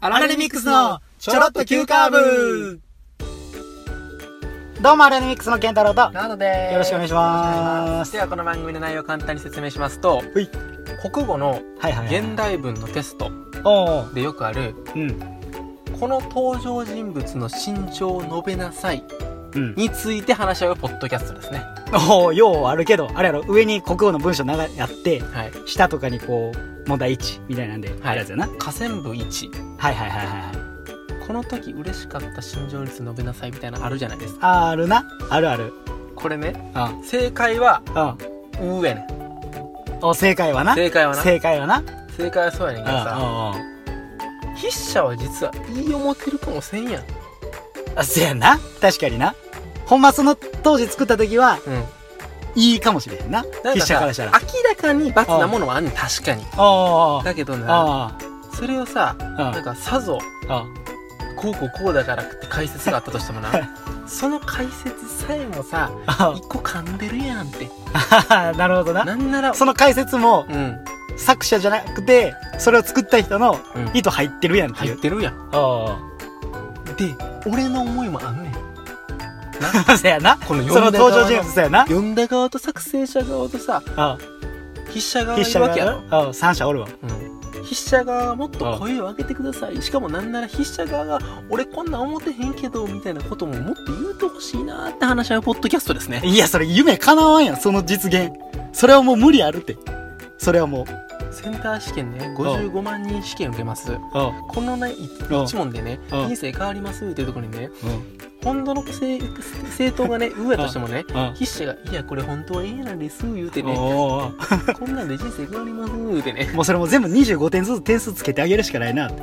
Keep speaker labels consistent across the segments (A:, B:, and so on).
A: アラレミックスのちょろっと急カーブ
B: どうもアラレミックスの健太郎と
A: なので
B: よろしくお願いします
A: ではこの番組の内容を簡単に説明しますと
B: はい
A: 国語の
B: はいはいはい
A: 現代文のテスト
B: おう
A: でよくある
B: うん
A: この登場人物の身長を述べなさい
B: うん
A: について話し合うポッドキャストですね
B: おうようあるけどあれやろ上に国語の文章ながやって
A: はい
B: 下とかにこう問題1みたいなんでやるやつやな、
A: 河川部1
B: はい、はいはいはいはい
A: この時嬉しかった心情率述べなさいみたいなのあるじゃないですか
B: あるなあるある
A: これね
B: あ
A: 正解は
B: あ
A: うやねん
B: お正解はな
A: 正解はな
B: 正解はな
A: 正解はそうやねんけどさ
B: あ
A: 筆者は実は言い思ってるかもせんやん
B: あせやな確かになほんまその当時作った時は
A: うん
B: いいかもしれへんな
A: なんか
B: 筆者
A: さ
B: からしたら
A: 明らかに罰なものはあんねん確かに
B: あ
A: だけどな
B: あ
A: それをさ
B: あ
A: なんかさぞ
B: あ
A: こうこうこうだからって解説があったとしてもなその解説さえもさ
B: あ
A: 一個噛んでるやんって
B: あ なるほどな
A: なんなら
B: その解説も
A: うん
B: 作者じゃなくてそれを作った人の
A: うん
B: 意図入ってるやんってい
A: 入っ
B: う、
A: てるやん
B: あ
A: で俺の思いもあんねん
B: あ せやな
A: この
B: その
A: 読んだ
B: 登場
A: 側
B: 人
A: の
B: 物せやな
A: 読んだ側と作成者側とさ
B: ああ
A: 筆者側
B: 筆
A: がいる
B: 者
A: わけや
B: が
A: ろ、
B: ああ三者おるわ
A: うん、筆者側はもっと声を上げてくださいしかもなんなら筆者側が「俺こんなん思ってへんけど」みたいなことももっと言うてほしいなーって話し合うポッドキャストですね
B: いやそれ夢叶わんやんその実現それはもう無理あるってそれはもう
A: センター試験ね55万人試験受けます
B: あ
A: このねい
B: あ
A: 一問でね
B: うん
A: 人生変わりますっていうところにね
B: うん
A: 本当の正政党がね上やとしてもね
B: あ
A: 筆者が「いやこれ本当は A なんです」言うてね
B: おうおう
A: 「こんなんで人生変わります」言うてね
B: おうもうそれも全部25点ずつ点数つけてあげるしかないなってい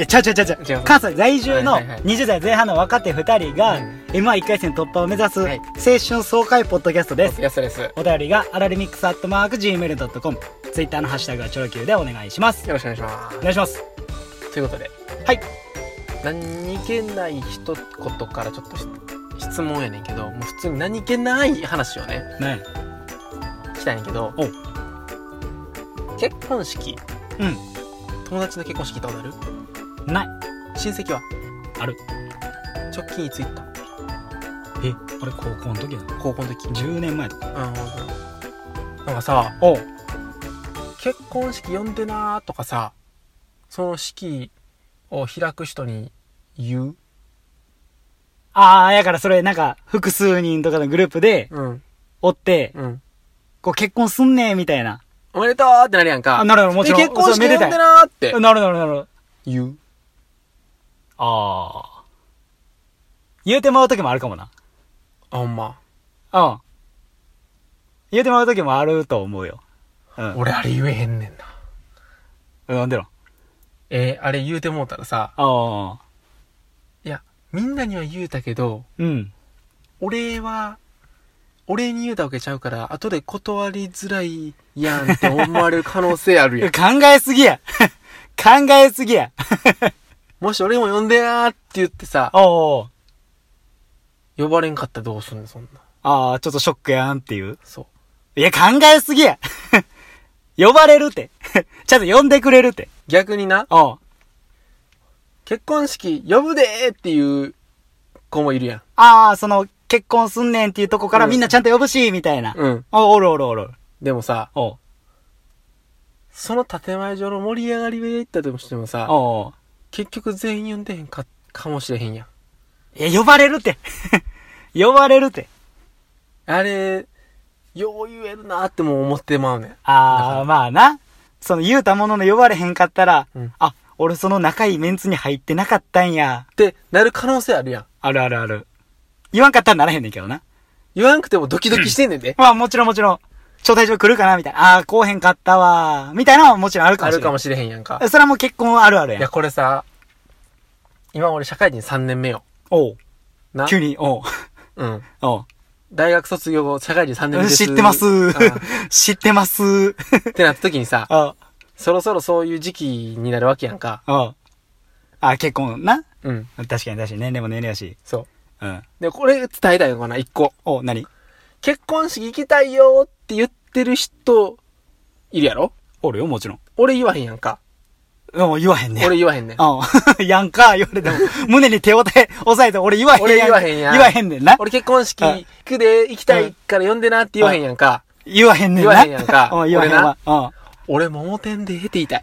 B: やちゃうちゃうちゃうちゃ
A: 違
B: う
A: う
B: 関西在住の
A: はいはいはい
B: 20代前半の若手2人が
A: うん
B: m 1 1回戦突破を目指す青
A: はい
B: 春爽快ポッドキャストです
A: やすですよ
B: お便りがアラレミックスアットマーク Gmail.com ツイッターのハッシュタグはチョロ Q でお願いします
A: ろしくお願いしま
B: お願いします
A: すということで
B: はい
A: 何気ない一言からちょっとし質問やねんけどもう普通に何気ない話をね
B: ね
A: したいんやけど
B: お
A: 結婚式
B: うん
A: 友達の結婚式行ったことある
B: ない
A: 親戚は
B: ある
A: 直近いつ行った
B: えあれ高校の時やな
A: 高校の時
B: 10年前とか
A: あのなんかさ
B: おう
A: 結婚式呼んでなーとかさその式を開く人に言う
B: ああやからそれなんか複数人とかのグループで
A: うん
B: おって
A: うん
B: こう結婚すんねーみたいな
A: おめでとうってなるやんか
B: あなるほどもちろん
A: で結婚式
B: そうめ
A: 呼ん
B: で
A: で
B: たい
A: なーって
B: なるなるなる
A: 言う
B: ああ言うてもらう時もあるかもな
A: あほんま
B: うん。言うてもらう時もあると思うよ。うん。
A: 俺あれ言えへんねんな
B: なんでろ。
A: えーあれ言うてもうたらさ
B: ああ。
A: いやみんなには言うたけど
B: うん。
A: 俺は俺に言うたわけちゃうから後で断りづらいやんって思われる可能性ある
B: 考
A: やん
B: えすぎや。 考えすぎや。
A: もし俺も呼んでなーって言ってさ
B: おお。
A: 呼ばれんかったらどうすんのそんな
B: ああ、ちょっとショックやんっていう。
A: そう
B: いや、考えすぎや。 呼ばれるって。 ちゃんと呼んでくれるって。
A: 逆にな
B: おう
A: 結婚式呼ぶでーっていう子もいるやん
B: ああ、その、結婚すんねんっていうとこから
A: うん
B: みんなちゃんと呼ぶし、みたいな。
A: うん
B: おおるおるおる。
A: でもさ
B: おう
A: その建前上の盛り上がりで行ったとしてもさ
B: おう
A: 結局全員呼んでへんかかもしれへんやん
B: いや、呼ばれるって。 呼ばれるって。
A: あれよう言えるなーっても思ってまうねん
B: ああ、まあな。その言うたものの呼ばれへんかったら、
A: うん
B: あ、俺その仲いいメンツに入ってなかったんや。
A: ってなる可能性あるやん。
B: あるあるある。言わんかったらならへんねんけどな。
A: 言わんくてもドキドキしてんねんで。
B: まあもちろんもちろん、招待状来るかなみたいな。ああ、来おへんかったわ。みたいなのはもちろんあるか
A: あ
B: もしれ
A: る
B: な
A: か
B: い。
A: もしれへんやんか。
B: それはもう結婚あるある
A: い
B: や
A: や、
B: ん。
A: これさ、今俺社会人3年目よ。
B: おう。
A: な。
B: 急に、おう。
A: うん。
B: おう。
A: 大学卒業後、社会人3年目です。
B: 知ってます
A: あ。
B: 知ってます。
A: ってなった時にさ、
B: あ
A: そろそろそういう時期になるわけやんか。
B: あ。あ、結婚な。
A: うん。
B: 確かに確かに年齢も年齢やし。
A: そう。
B: うん。
A: で、これ伝えたいのかな、一個。
B: おう、何
A: 結婚式行きたいよって言ってる人、いるやろ
B: おるよ、もちろん。
A: 俺言わへんやんか。
B: もう言わへんね。
A: 俺言わへんねん。
B: うん。 やんか、言われても。胸に手をて、押さえて、俺言わへんやん。
A: 俺言わへんやん。
B: 言わへんねんな。
A: 俺結婚式行くで行きたいから呼んでなって言わへんやんか。
B: 言わへんねんな。
A: 言わへんやんか
B: うん、言わへんわ。う
A: 俺桃天で経て言いたい。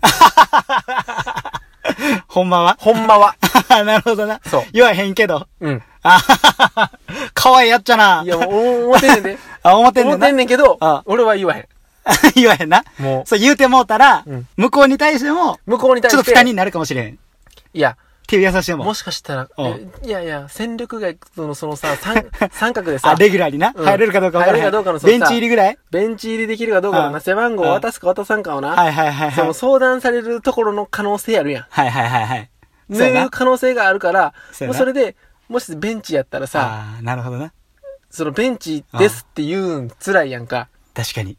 B: ん。ほんまは
A: ほんまは。
B: なるほどな。
A: そう
B: 言わへんけど。
A: うん。
B: あははは かわいいやっちゃな。
A: いや、もう、思ってんねんで。
B: あ、思ってんね
A: 思
B: ん
A: っ
B: な
A: てん。ねんけど
B: あ、
A: 俺は言わへん。
B: 言わへんな。
A: も
B: そう言うてもうたら、
A: うん
B: 向こうに対しても、
A: う、向こうに対
B: ち
A: し。
B: ょってと負担になるかもしれん。っ
A: いや、
B: ていう優しいもん。
A: もしかしたら、
B: うん
A: えいやいや、戦力外のそのさ、 三三角で
B: あ、
A: さ、
B: レギュラーにな。
A: うん
B: 入れるかどうか分からへん。
A: 入れるかどうかのその
B: ベ
A: さ
B: ンチ入りぐらい
A: ベンチ入りできるかどうかは
B: あ
A: な、背番号を渡すか渡さんかをな、
B: はいはいはい
A: そ
B: はい
A: の。相談されるところの可能性あるやん。
B: はいはいはいはい。
A: そういう。可能性があるから、
B: そうや
A: もう
B: な
A: それで、もしベンチやったらさ、
B: ああー、なるほどな。
A: そのベンチですって言うん辛いやんか。
B: 確かに。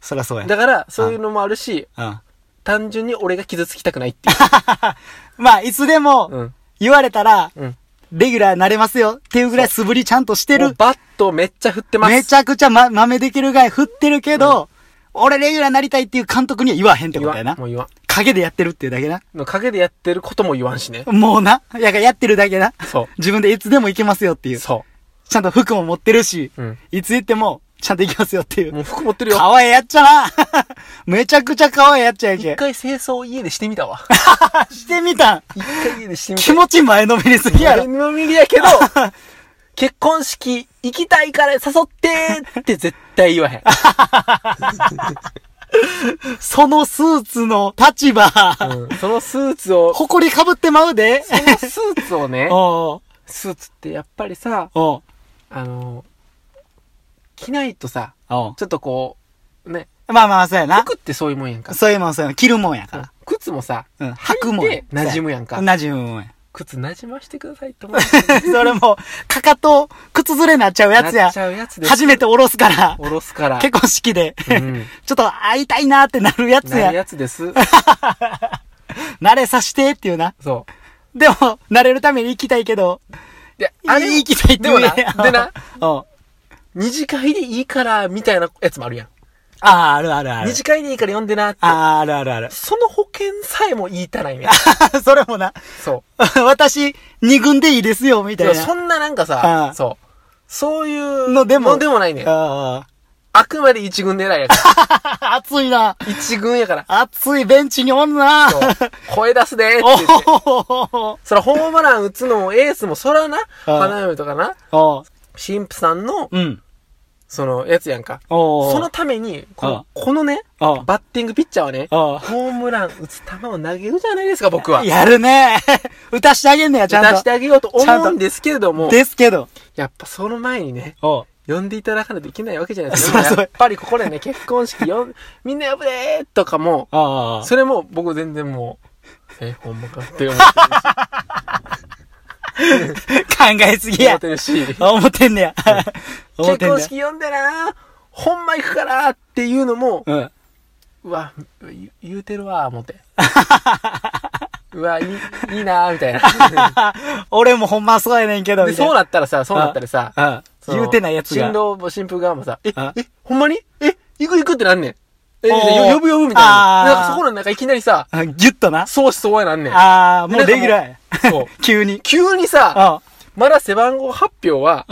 B: そらそうや。
A: だから、そういうのもあるし、
B: うん。
A: 単純に俺が傷つきたくないっていう。
B: まあ、いつで
A: う
B: も、
A: ん。
B: 言われたら、
A: うん。
B: レギュラーになれますよっていうぐらい素振りちゃんとして
A: もう
B: る。
A: バットめっちゃ振ってます。
B: めちゃくちゃま、豆できるぐらい振ってるけど、俺レギュラーになりたいっていう監督には言わへんって
A: 言
B: こ
A: わ。
B: とやなん
A: も。う言わん。
B: 影でやってるっていうだけな。
A: の陰でやってることも言わんしね。
B: もうな。やからやってるだけな。
A: そ。
B: 自分でいつでも行けますよっていうう。
A: そ
B: ちゃんと服も持ってるし、
A: う。うん。
B: いつ行っても、ちゃんと行きますよってい
A: も
B: う。
A: う服持ってる
B: か
A: よ。
B: わいいやっちゃな めちゃくちゃかわいいやっちゃや
A: 一
B: け。
A: 回清掃家でしてみたわ。
B: してみたん
A: 一回家でしてみ
B: 気
A: た。
B: 持ち前のめりすぎやろ。
A: の右やけ ど、結婚式行きたいから誘ってって絶対言わへん。
B: そのスーツの立場、
A: うん、そのスーツを、
B: ほこりかぶってまうで。
A: そのスーツをね、
B: おう
A: スーツってやっぱりさ、
B: おう
A: あの、着ないとさ、
B: お
A: ちょっとこう、ね、
B: うまあまあ、そうやな。
A: 服ってそういうもんやんか。
B: そういうもん、そういうもん。着るもんやから。
A: 靴もさ、
B: うん。履くもん。
A: 履いて馴染むやんか
B: 馴染むもんや。
A: 靴なじましてくださいって思う。や
B: それも、かかと、靴ずれなっちゃう やつ
A: な
B: や
A: っち。ゃうやつで、
B: 初めて下ろすから、
A: おろすから。
B: 結構式で、
A: うん
B: ちょっと会いたいなってなるやつ
A: な
B: や。
A: るやつです。
B: 慣れさしてっていうな。
A: そう。
B: でも、慣れるために行き たいけど、
A: で、あれ、
B: 行きたいって
A: で
B: 言
A: も
B: うや
A: な、
B: ん
A: でな、
B: おう
A: 二次会でいいから、みたいなやつもあるやん。
B: あー、あるあるある
A: 二。次会でいいから呼んでなって。
B: あー、あるあるある。
A: その保険さえも言いたないね。
B: それもな、
A: そ
B: 私、二軍でいいですよ、み
A: う。い
B: た
A: や
B: いな。
A: そんななんか
B: あ
A: さ
B: あ、
A: そう。そういう
B: のでも。
A: でもないね。
B: あ
A: あくまで一軍狙いやから。
B: あ。 熱いな。
A: 一軍やから。
B: 熱いベンチにおんな。
A: そう声出すでーって言
B: お
A: って。
B: お
A: そらホームラン打つのもエースも、そらな、
B: ああ
A: 花嫁とかな、
B: お
A: 神父さんの、
B: うん。
A: その、やつやんか。
B: お
A: そのために、こ
B: ああ
A: のこのね、
B: あ
A: バ
B: あ
A: ッティングピッチャーはね、
B: ああ
A: ホームラン打つ球を投げるじゃないですか、僕は。
B: やるね。 歌してあげんねや、ちゃんと。
A: 出してあげようと
B: ちゃん
A: 思
B: と
A: うんですけれども、
B: ですけど。
A: やっぱその前にね、
B: お
A: 呼んでいただかないといけないわけじゃないですか。
B: そりゃそう
A: やっぱりここでね、結婚式よ、みんな呼ぶでーとかも、
B: あ
A: それも僕全然もう、え、ほんまかって思っ
B: 考えすぎ
A: てるし、思
B: や
A: っ。てるし、
B: あ思ってんねや。思っ
A: 結
B: てん
A: 婚
B: ね
A: 式呼んでなーほんま行くからーっていうのも、
B: や。うん。
A: うわ、ゆ言うてるわー 思って。うわ、いい、いいなーみ たいな。
B: 俺もほんまそうやねんけど、
A: で、
B: みたい
A: そう
B: な。
A: なったらさ、そうなったらさ、
B: あ
A: その
B: 言うてないやつが。
A: 新郎も新婦側もさ、え
B: あ、
A: え、ほんまにえ、行く行くってなんねん。え、
B: おー
A: よ呼ぶ呼ぶみたいな
B: あ。ー
A: なんかそこのなんかいきなりさ、
B: あギュッとな。
A: そうしそうやなんねん。
B: ああ、もうレギュラーや。
A: そう。
B: 急に。
A: 急にさ、
B: あ
A: まだ背番号発表 は、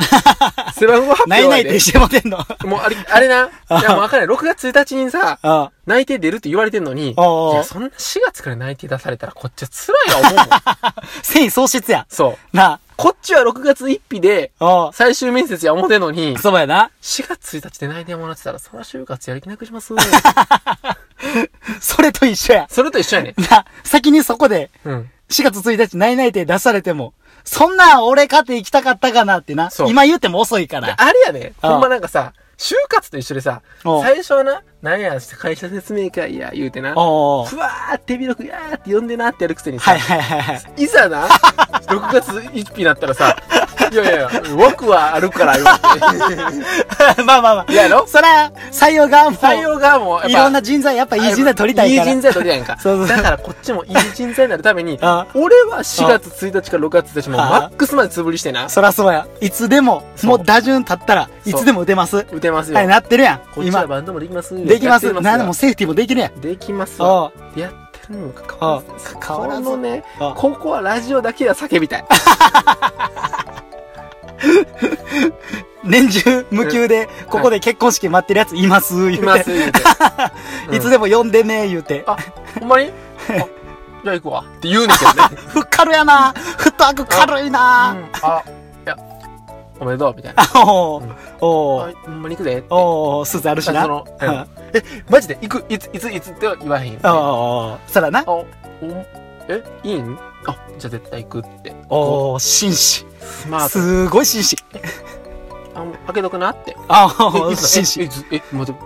A: 背番号発
B: ない
A: 表
B: な
A: はい
B: って
A: ね、
B: してもてんの。
A: もうあれ、あれな、
B: あ
A: いやもうあかんない。6月1日にさ、
B: あ
A: 内定出るって言われてんのに、い
B: ああ
A: や、そんな4月から内定出されたらこっちは辛いわ、思うもん。
B: 繊維喪失や。
A: そう。
B: な
A: こっちは6月1日で、
B: あ。お
A: 最終面接や思てんのに、
B: そうやな。
A: 4月1日で内定もらってたら、そら就活やる気なくします。
B: それと一緒や。
A: それと一緒やね。
B: な、先にそこで、
A: うん。
B: 4月1日、ないないて出されても、そんなん俺勝て行きたかったかなってな。
A: そう
B: 今言っても遅いから。
A: あれやね。
B: ああ
A: ほんまなんかさ、就活と一緒でさ、
B: おう
A: 最初はな、なんや、会社説明会や、言うてな、ふわ
B: おー。
A: ーって手広くやーって呼んでなってやるくせにさ、
B: はいはいはいはい。
A: いざな、6月1日になったらさ、いやいや、僕はあるから、言われて。
B: まあまあまあ。
A: いやろ
B: そら、採用側も、
A: 採用側も、
B: いろんな人材、やっぱいい人材取りたいか
A: いい
B: ら。
A: 人材取りたいやんか。
B: そうそう、
A: だからこっちもいい人材になるために
B: あ
A: 俺は4月1日から6月1日も
B: あ
A: マックスまでつぶりしてな、
B: そらそうや。いつでも、
A: そう
B: もう打順立ったら、い
A: そう
B: つでも打てます。
A: 打てますよ。
B: はい、なってるやん
A: こ。っちは
B: 今。
A: バンドもできます。
B: できます。
A: やって
B: なんでもセーフティーもできるやん。
A: できますわ。
B: おう
A: やってするにもかかわらず
B: あ関わらず
A: このね
B: あ
A: ここはラジオだけは叫びたい
B: 年中無休で、ここで結婚式待ってるやついます、
A: い
B: 言
A: ま
B: う
A: す
B: て。
A: 言うてうん
B: いつでも呼んでね、言うて。
A: あほんま にあじゃあ行くわって言うねんけどね
B: ふっかるやな。フットワーク軽いな。
A: あ、いや、おめでとう、みたいな。
B: あ、おうお
A: あ
B: う
A: ほんまに行くで。って
B: おうスーツあるし
A: あ
B: な。
A: その
B: うん
A: うんえ、マジで行く、いつ、いつ、いつっては言わへんよ。あ、
B: おうそらな。
A: お、え、いいんあ、じゃあ絶対行くって。
B: おう紳士。
A: スマート。
B: すごい紳士。
A: あ、もう開けとくなって。
B: あ
A: え
B: お
A: いうつえ
B: 紳
A: い
B: 士。
A: つえ、待って、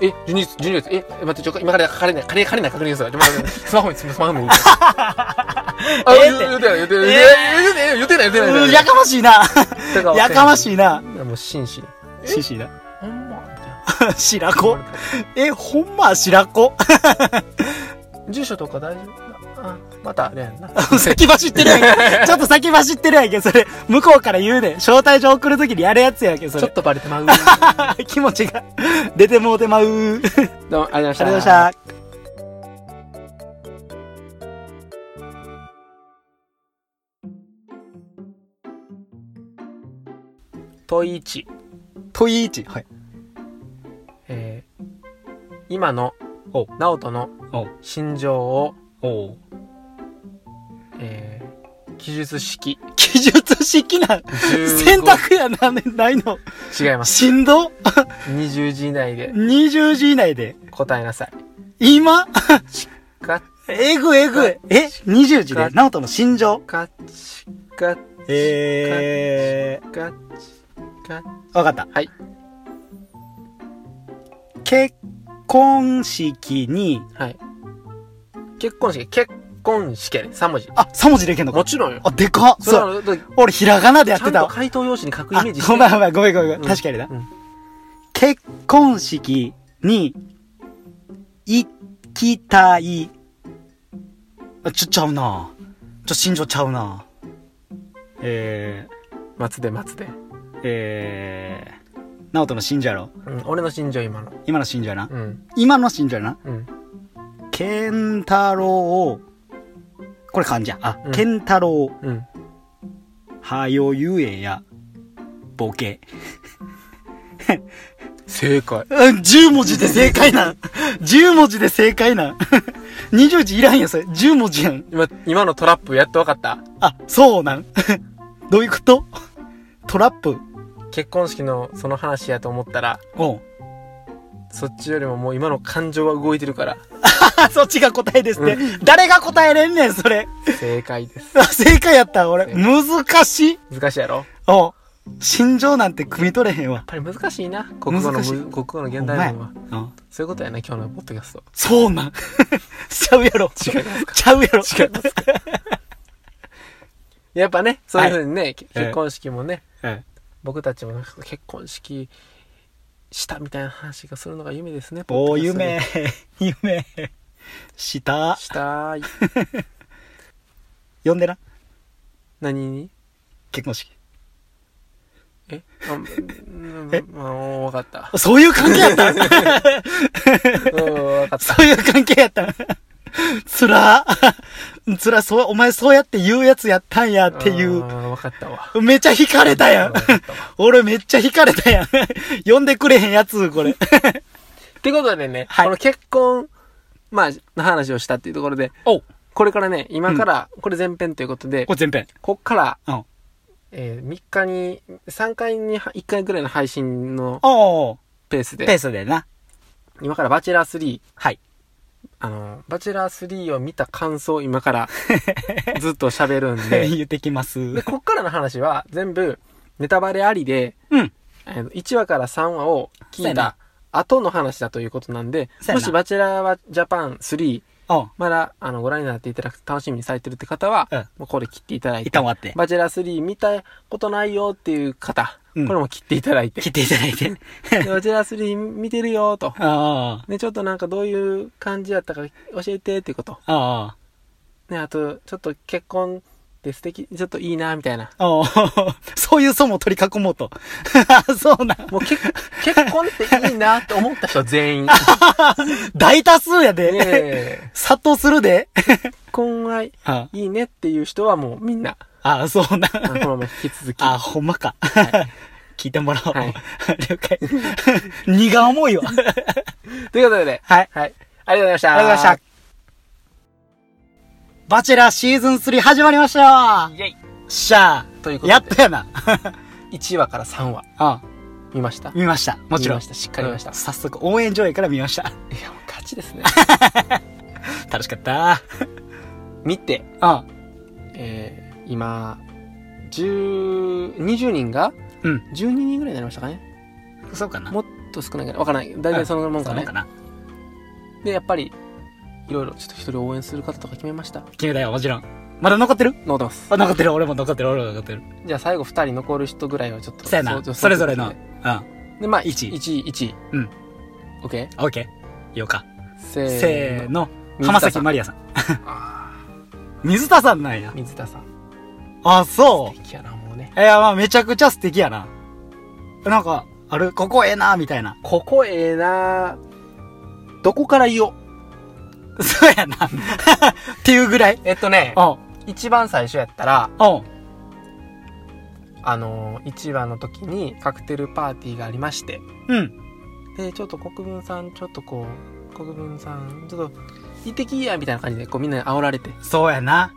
A: え、え、ジュニス、ジュニス、え、待って、ちょ、今から借りない、借り、借りない確認するわ。ちょ待って スマホに、スマホに。あ、
B: え
A: 言
B: えっ
A: う
B: て
A: 言うてない、言うてない、言うてない、言うてない、言うてない言うてない言うてな
B: うん
A: い。
B: やかましいな。
A: だから
B: やかましいな。
A: もう紳士。え
B: 紳士な。
A: ほんま、みたいな。
B: 白子。え、ほんま白子。
A: 住所とか大丈夫あまたあれやんな
B: 先走って るやんけ。ちょっと先走ってるやんけ、それ。向こうから言うねん。招待状送るときにやるやつやんけ、そ
A: ちょっ
B: れ。
A: とバレて まう
B: 気持ちが出てもうてまう。
A: どうもありがとう
B: ありがとうござ
A: ござ
B: い
A: い
B: ま
A: ま
B: し
A: したた。問い1、
B: 問い一。はい。
A: えー、今の
B: お
A: 直人の
B: お
A: 心情を、
B: お
A: えー、記述式
B: 記述式な、選択やな、ないの。
A: 15違います
B: 振動
A: 20時以内で
B: ?20 時以内で。
A: 答えなさい
B: 今
A: カ
B: えぐえぐえ。え ?20 時で。ナオトの心情。
A: カチカチ
B: え
A: カチカチ
B: ー、わかった。
A: はい。
B: 結婚式に、
A: はい結婚式結婚式やね3文字
B: あ、3文字でいけんのか
A: も。ちろんよ
B: あ、でかっそう。
A: れは
B: 俺、ひらがなでやって
A: ちゃ
B: た
A: んと
B: わ。
A: 回答用紙に書くイ
B: あ
A: メージし
B: ご
A: て
B: めんごめん、ごめんごめん
A: う
B: ごめん。
A: ん
B: 確かにな
A: う。ん
B: 結婚式に、行きたい。あ、ちょ、ちゃうな。ちょ、心情ちゃうな。え
A: 松で松で、
B: ー、えー、ナオトの心情やろ。
A: うん、俺の心情今の
B: 今の心情やな。
A: うん
B: 今の心情やな。
A: うん
B: ケンタロウを、これ漢字や。あ、
A: うん
B: ケンタロウ、
A: うん
B: はよゆえや、ボケ。
A: 正解
B: うん、10文字で正解なん。10文字で正解なん。20字いらんやん、それ。10文字やん。
A: 今今のトラップやっとわかった
B: あ、そうなん。 どういうことトラップ。
A: 結婚式のその話やと思ったら
B: おう
A: そっちよりももう今の感情が動いてるから
B: あ、そっちが答えですって。誰が答えれんねん、それ。
A: 正解です
B: あ正解やった、俺。難しい。
A: 難しいやろやっ
B: おう心情なんて汲み取れへんわ。
A: ぱり難しいな国語の
B: 難しい
A: む国語の現代文は
B: うん
A: そういうことやな今日のポッドキャスト
B: そうなん。 ちゃうやろ。
A: 違いますか
B: ちゃうや
A: 違い
B: ろ。
A: ますかやっぱねそういうふうにね、け
B: ええ
A: 結婚式もね、
B: はい
A: 僕たちもなんか結婚式したみたいな話がするのが夢ですね。
B: お
A: ポ
B: う、
A: ッドキャストで
B: 夢。 夢。した。
A: したい。
B: 呼んでな。
A: 何に
B: 結婚式。
A: えあ、うん
B: え
A: まあ、わかった。
B: そういう関係や ったん
A: うんわかった。
B: そういう関係やったん。つら。つら、そう、お前そうやって言うやつやったんやってい
A: あ
B: う。
A: ー。わかったわ。
B: めちゃ惹かれたやん
A: わ。かったわ
B: 俺めっちゃ惹かれたやん。呼んでくれへんやつ、これ。
A: ってことでね、
B: はい
A: この結婚、まあ、の話をしたっていうところで、
B: おう
A: これからね、今から、これ前編ということで、
B: これ全編。
A: こっから、
B: うん。
A: えー、3日に、3回に1回ぐらいの配信の
B: おう
A: ペース
B: ペー
A: で、
B: スでな。
A: 今からバチェラー3、
B: はい。
A: あの、バチェラー3を見た感想を今から ずっと喋るんで、
B: 言ってきます。
A: で、こっからの話は全部ネタバレありで、
B: うん。
A: あの1話から3話を
B: そ
A: 聞
B: うや
A: い
B: な
A: た後の話だということなんで、
B: そうや
A: も
B: な
A: しバチェラージャパン3、
B: おう
A: まだあのご覧になっていただく楽しみにされてるって方は、
B: うん
A: もうこれ切っていただい
B: 一
A: て、
B: 旦終わって。
A: バチェラー3見たことないよっていう方、
B: うん
A: これも切っていただいて、
B: 切っていただい て。
A: でバチェラー3見てるよと、
B: あ
A: ね、ちょっとなんかどういう感じやったか教えてっていうこと。
B: あ。ああ。
A: ね、あと、ちょっと結婚って素敵、ちょっといいな、みたいな。
B: おう そういう層も取り囲もうと。 そうなん。
A: もう 結、結婚っていいなって思った人全員。ね
B: 大多数やで。
A: え
B: 殺到するで。
A: 結婚はい
B: あ
A: いねっていう人はもうみんな、
B: あ、そうなん。
A: あのこのまま引き続き。
B: あ、ほんまか。 聞いてもらおう。
A: はい
B: 了解。苦重いわ。
A: ということで、
B: はい。
A: はい。ありがとうございました。
B: ありがとうございました。バチェラーシーズン3始まりましたよよ
A: イェイ
B: っしゃ
A: というこ
B: や
A: と
B: っとやな。
A: で、1話から3話
B: あ
A: 見ました
B: 見ました。もち
A: 見
B: ろん。
A: ましたしっかり見ました
B: うん早速、応援上映から見ました。
A: いや、もう勝ちですね。
B: 楽しかった。
A: 見て、
B: あ
A: えー、今、10、20人が、
B: うん
A: 12人ぐらいになりましたかね。
B: そうかな。
A: もっと少ないぐらい。わからない。大体そのもんか
B: そう
A: ね
B: か。な。
A: で、やっぱり、いろいろちょっと一人応援する方とか決めました。
B: 決めたよ、もちろん。まだ残ってる
A: 残ってます。
B: あ、残ってる。俺も残ってる。俺も残ってる。
A: じゃあ最後2人残る人ぐらいはちょっと。
B: そうや
A: う
B: な。それぞれの。う
A: で
B: ん。オ
A: で、まあ、
B: 一位
A: 1位。1位、1位。
B: うん。
A: OK?
B: ッケー。ようか。
A: せーの。
B: せーの。
A: 水田さん
B: 浜崎まりやさん。
A: あ
B: 水田さんなんや
A: ー。水田さん。
B: あ、そう。
A: 敵やな、もうね。
B: いや、まあ、めちゃくちゃ素敵やな。なんか、あれ、ここええな、みたいな。
A: ここええなどこから言おう。
B: そうやな。 っていうぐらい。
A: えっとね、
B: おう
A: 一番最初やったら、
B: おう
A: あのー、1話の時にカクテルパーティーがありまして、
B: うん。
A: で、ちょっと国分さん、ちょっとこう、国分さん、ちょっと、一滴やみたいな感じで、こうみんなに煽られて、
B: そうやな。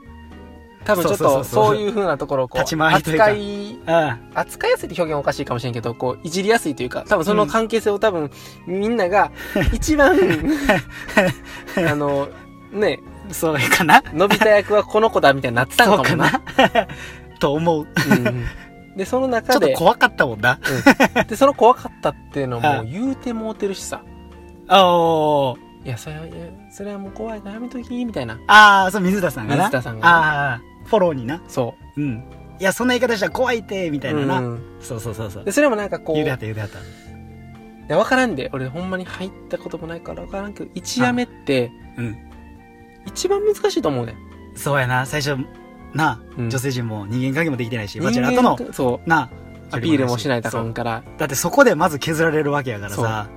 A: 多分ちょっ
B: そうそう
A: と、
B: そうそう
A: そういう風なところをこう、
B: 立ち回りというか
A: 扱い、
B: うん。
A: 扱いやすいって表現おかしいかもしれんけど、こう、いじりやすいというか、多分その関係性を多分、みんなが、一 番、あの、ね、
B: そうやかな。
A: のび太役はこの子だみたいになってた
B: そ
A: の
B: う
A: か
B: か
A: もな。
B: な。 と思う。
A: うんで、その
B: ちょ
A: 中
B: っと
A: で、
B: 怖かったもんな。
A: うんで、その怖かったっていうのも
B: う
A: 言うてもうてるしさ。
B: おー。
A: いや、それは、いやそれはもう怖いからやめとき、みたいな。
B: あー、そう、水田さんがな。
A: 水田さんが
B: あー、フォローにな。
A: そ
B: うん。いや、そんな言い方したら怖いって、み
A: う。
B: たいなな。
A: うん
B: そうそうそうそう
A: で、。それもなんかこう、
B: ゆ
A: い
B: ではっ
A: や、
B: たゆではった。
A: わからんで、俺ほんまに入ったこともないからわからんけど、一夜目って、
B: うん。
A: 一番難しいと思うね。
B: そうやな。最初、な、
A: うん
B: 女性陣も人間関係もできてないし、
A: 人
B: バチェラーと
A: 間
B: の、
A: とそ
B: な、
A: う、アピールもしないとあ
B: そ
A: か
B: うん
A: から、
B: だってそこでまず削られるわけやからさ。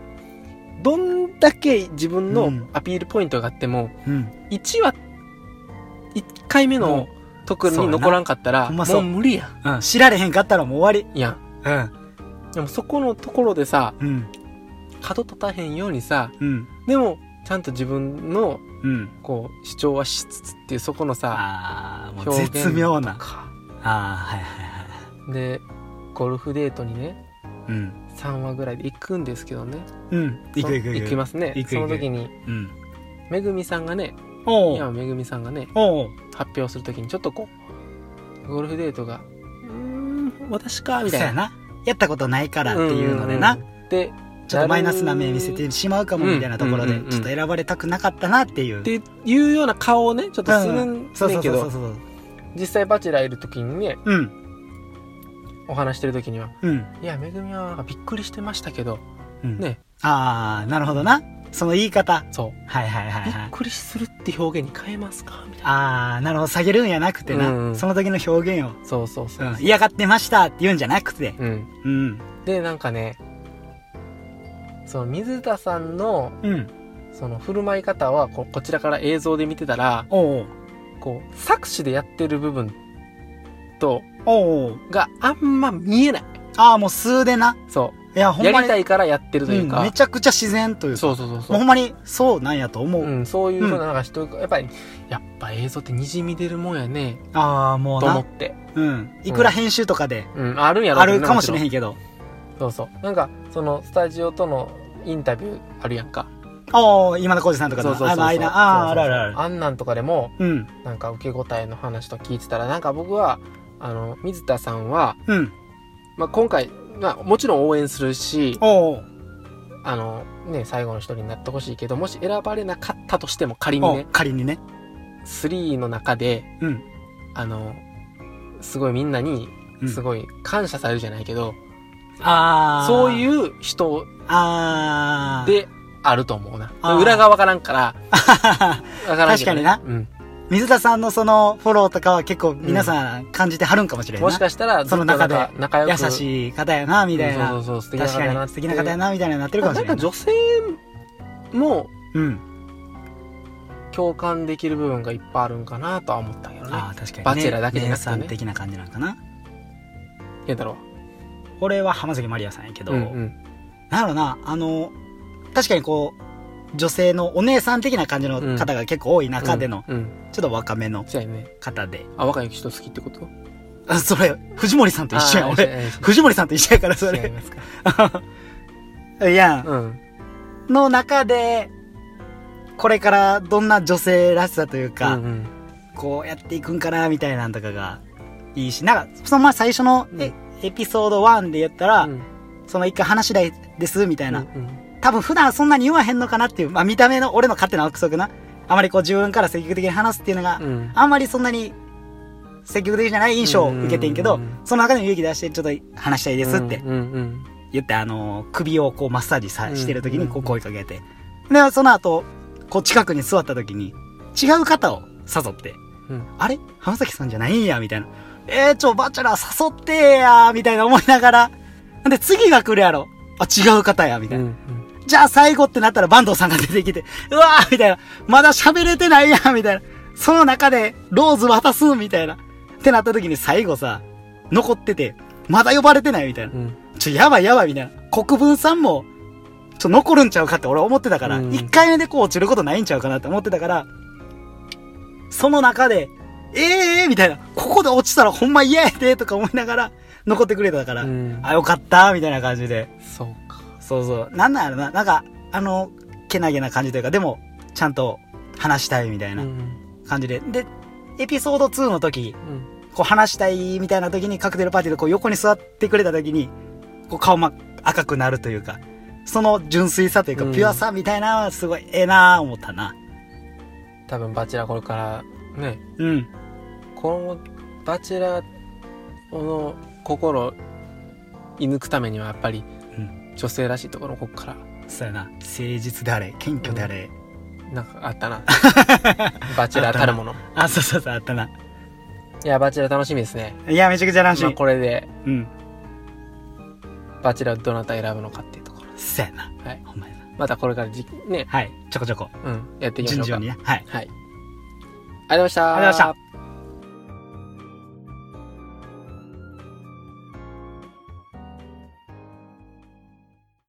A: どんだけ自分
B: う
A: の
B: ん
A: アピールポイントがあっても、
B: うん。
A: 一話、一回目
B: も
A: の
B: う
A: 特
B: そう
A: に
B: やな
A: 残らんかったら、
B: ほん
A: も
B: まそう
A: う無理やん。
B: うん。知られへんかったらもう終わ
A: いやん。
B: り。うん。
A: でもそこのところでさ、
B: うん。
A: 角立たへんようにさ、
B: うん。
A: でも、ちゃんと自分の
B: うん。
A: こう主張はしつつっていうそこのさ
B: あー、もう
A: 表現
B: 絶妙な。
A: か
B: あー、はいはいはい
A: でゴルフデートにね。
B: うん。
A: 3話ぐらいで行くんですけどね
B: うん。行く行く行く。
A: 行きますね
B: 行く
A: そ
B: 行
A: の
B: く
A: 時に
B: うん。
A: めぐみさんがね
B: おう
A: 今めぐみさんがね
B: おう
A: 発表する時にちょっとこうゴルフデートがうーん私かみ
B: そう
A: た
B: や
A: いな
B: な。やったことないからっていうので
A: ん
B: な
A: うん。うんで
B: ちょっとマイナスな目見せてしまうかもみたいなところ
A: う
B: で
A: んうんうんう、ん
B: ちょっと選ばれたくなかったなっていう。
A: っていうような顔をねちょっとするん
B: そう
A: ねん
B: そう
A: け
B: そう
A: ど
B: そう。
A: 実際バチェラーいる時にね
B: うん。
A: お話してる時には
B: うん。
A: 「いやめぐみはびっくりしてましたけど
B: うん。
A: ね
B: あー、なるほどな。その言い方。
A: そう
B: はいはいはい
A: びっ
B: はい。
A: くりするって表現に変えますか?」みたいな
B: あー、なるほど。下げるんやなくてな。
A: うんうん
B: その時の表現を。
A: そうそうそうう、
B: ん。嫌がってましたって言うんじゃなくて。
A: うん、
B: うん。
A: でなんかねその水田さんの
B: うん。
A: その振る舞い方はここちらから映像で見てたら
B: おう
A: こう作詞でやってる部分と
B: おうおう
A: があんま見えない
B: ああ、もう数でな。
A: そ
B: いや、
A: う
B: ほん
A: や
B: ま
A: り
B: に。
A: たいからやってるという
B: うん
A: か、
B: めちゃくちゃ自然というか。
A: そうそうそうそ
B: もうほ
A: うん
B: まに、そうなんやと思う。
A: うん、そういうふうななんか人がやっぱりやっぱ映像ってにじみ出るもんやね
B: ああ、もう
A: と思
B: な
A: っ。て、
B: うん。いくら編集とかで、
A: うん、あるんやろ
B: あるかもしれへ
A: ん
B: んけど。
A: そうそうなんかそのスタジオとのインタビューあるやんか
B: おお今田耕司さんとか
A: そ
B: の、
A: うそうそうそう
B: あの間、ああ、あるあるある。
A: あんなんとかでも
B: うん。
A: なんか受け答えの話と聞いてたらなんか僕はあの水田さんは、
B: うん。
A: まあ、今回、まあ、もちろん応援するし
B: おう
A: あの、ね、最後の一人になってほしいけどもし選ばれなかったとしても仮
B: お
A: に
B: う
A: ね
B: 仮にね。
A: 3の中で
B: うん。
A: あのすごいみんなに
B: うん
A: すごい感謝されるじゃないけど、
B: ああ。。
A: そういうう人
B: ああ。、
A: であると思うな
B: あー
A: 裏がわからんからわからんけどね
B: 確かにな
A: うん、
B: 水田さんのそのフォローとかは結構皆さん感じてはるんかもしれんな
A: もしかしたらずっ
B: そ
A: と
B: の
A: なん
B: 中
A: か、
B: で
A: 仲良く
B: 優
A: い
B: しい方やなみたいな
A: そうそうそう素敵な
B: 確
A: 方
B: か
A: やな
B: に素敵な方やなみたいななってるかもし
A: な
B: れ
A: ん
B: な
A: か
B: い
A: 女性も
B: うん
A: 共感できる部分がいっぱいあるんかなとは思ったけどね
B: ああ確かにね
A: バチェラーだけじゃなくてね
B: 姉さん的な感じなんかな
A: 健太郎
B: 俺は浜崎まりやさんやけど、
A: うんうん
B: なんやろなあの確かにこう女性のお姉さん的な感じの方が結構多い中での、
A: うんうん
B: ちょっと若めの
A: そうやね
B: 方で
A: あ若い人好きってこと
B: あそれ藤森さんと一緒やん
A: あー
B: 俺藤森さんと一緒やからそ
A: 一緒や
B: れ
A: ね一緒やね
B: いやん
A: うん
B: の中でこれからどんな女性らしさというか、
A: うんうん
B: こうやっていくんかなみたいなんとかがいいしなんかそのまあ最初のえエピソード1で言ったら、
A: うん
B: その一回話し台ですみたいな、
A: うんうん
B: 多分普段そんなに言わへんのかなっていう、まあ、見た目の俺の勝手な憶測なあまりこう自分から積極的に話すっていうのが、
A: うん
B: あんまりそんなに積極的じゃない印象を受けてんけど、
A: うんうんうん
B: その中でも勇気出してちょっと話したいですって
A: うんうん
B: 言って、あのー首をこうマッサージさしてる時
A: うん
B: にこ
A: うんう
B: うん声かけて、でその後こう近くに座った時に違う方を誘って
A: うん
B: 「あれ浜崎さんじゃないんや」みたいな「えー、ちょバチェラー誘ってや」みたいな思いながらで次が来るやろあ違う方やみ
A: う
B: たい
A: ん
B: な、
A: うん
B: じゃあ最後ってなったら坂東さんが出てきて、うわーみたいな、まだ喋れてないやんみたいな。その中で、ローズ渡すみたいな。ってなった時に最後さ、残ってて、まだ呼ばれてないみたいな
A: う。ん
B: ちょ、やばいやばいみたいな。国分さんも、ちょ、残るんちゃうかって俺思ってたから、
A: うん
B: 一、回目でこう落ちることないんちゃうかなって思ってたから、その中で、ええー、みたいな、ここで落ちたらほんま嫌やで、とか思いながら、残ってくれたから、
A: うん
B: あ、よかった、みたいな感じで。
A: そうか
B: そうそう。なんなんやろな。なんか、あの、けなげな感じというか、でも、ちゃんと話したいみたいな
A: うん
B: 感じで。で、エピソード2の時、
A: うん
B: こう話したいみたいな時にカクテルパーティーでこう横に座ってくれた時に、こう顔ま赤くなるというか、その純粋さというか、
A: うん
B: ピュアさみたいなのはすごいええなぁ思ったな。
A: 多分バチェラーこれからね
B: うん。
A: このバチェラーの心を射抜くためにはやっぱり
B: うん
A: 女性らしいところをここから
B: そうやな。誠実であれ、謙虚であれ。
A: なんかあ ったなバチェラーたるもの
B: あ、そうそうそう、あったな。
A: いやバチェラー楽しみですね、
B: いや、めちゃくちゃ楽しい。
A: まあ、これで
B: うん。
A: バチェラーどなた選ぶのかっていうところ
B: そうやな。
A: はい
B: ほんまやな。
A: またこれからじね
B: はい。ちょこちょこ。
A: うんやっていきましょ
B: 順
A: うか
B: 々にね。はい。
A: はいありがとうございました
B: ありがとうございました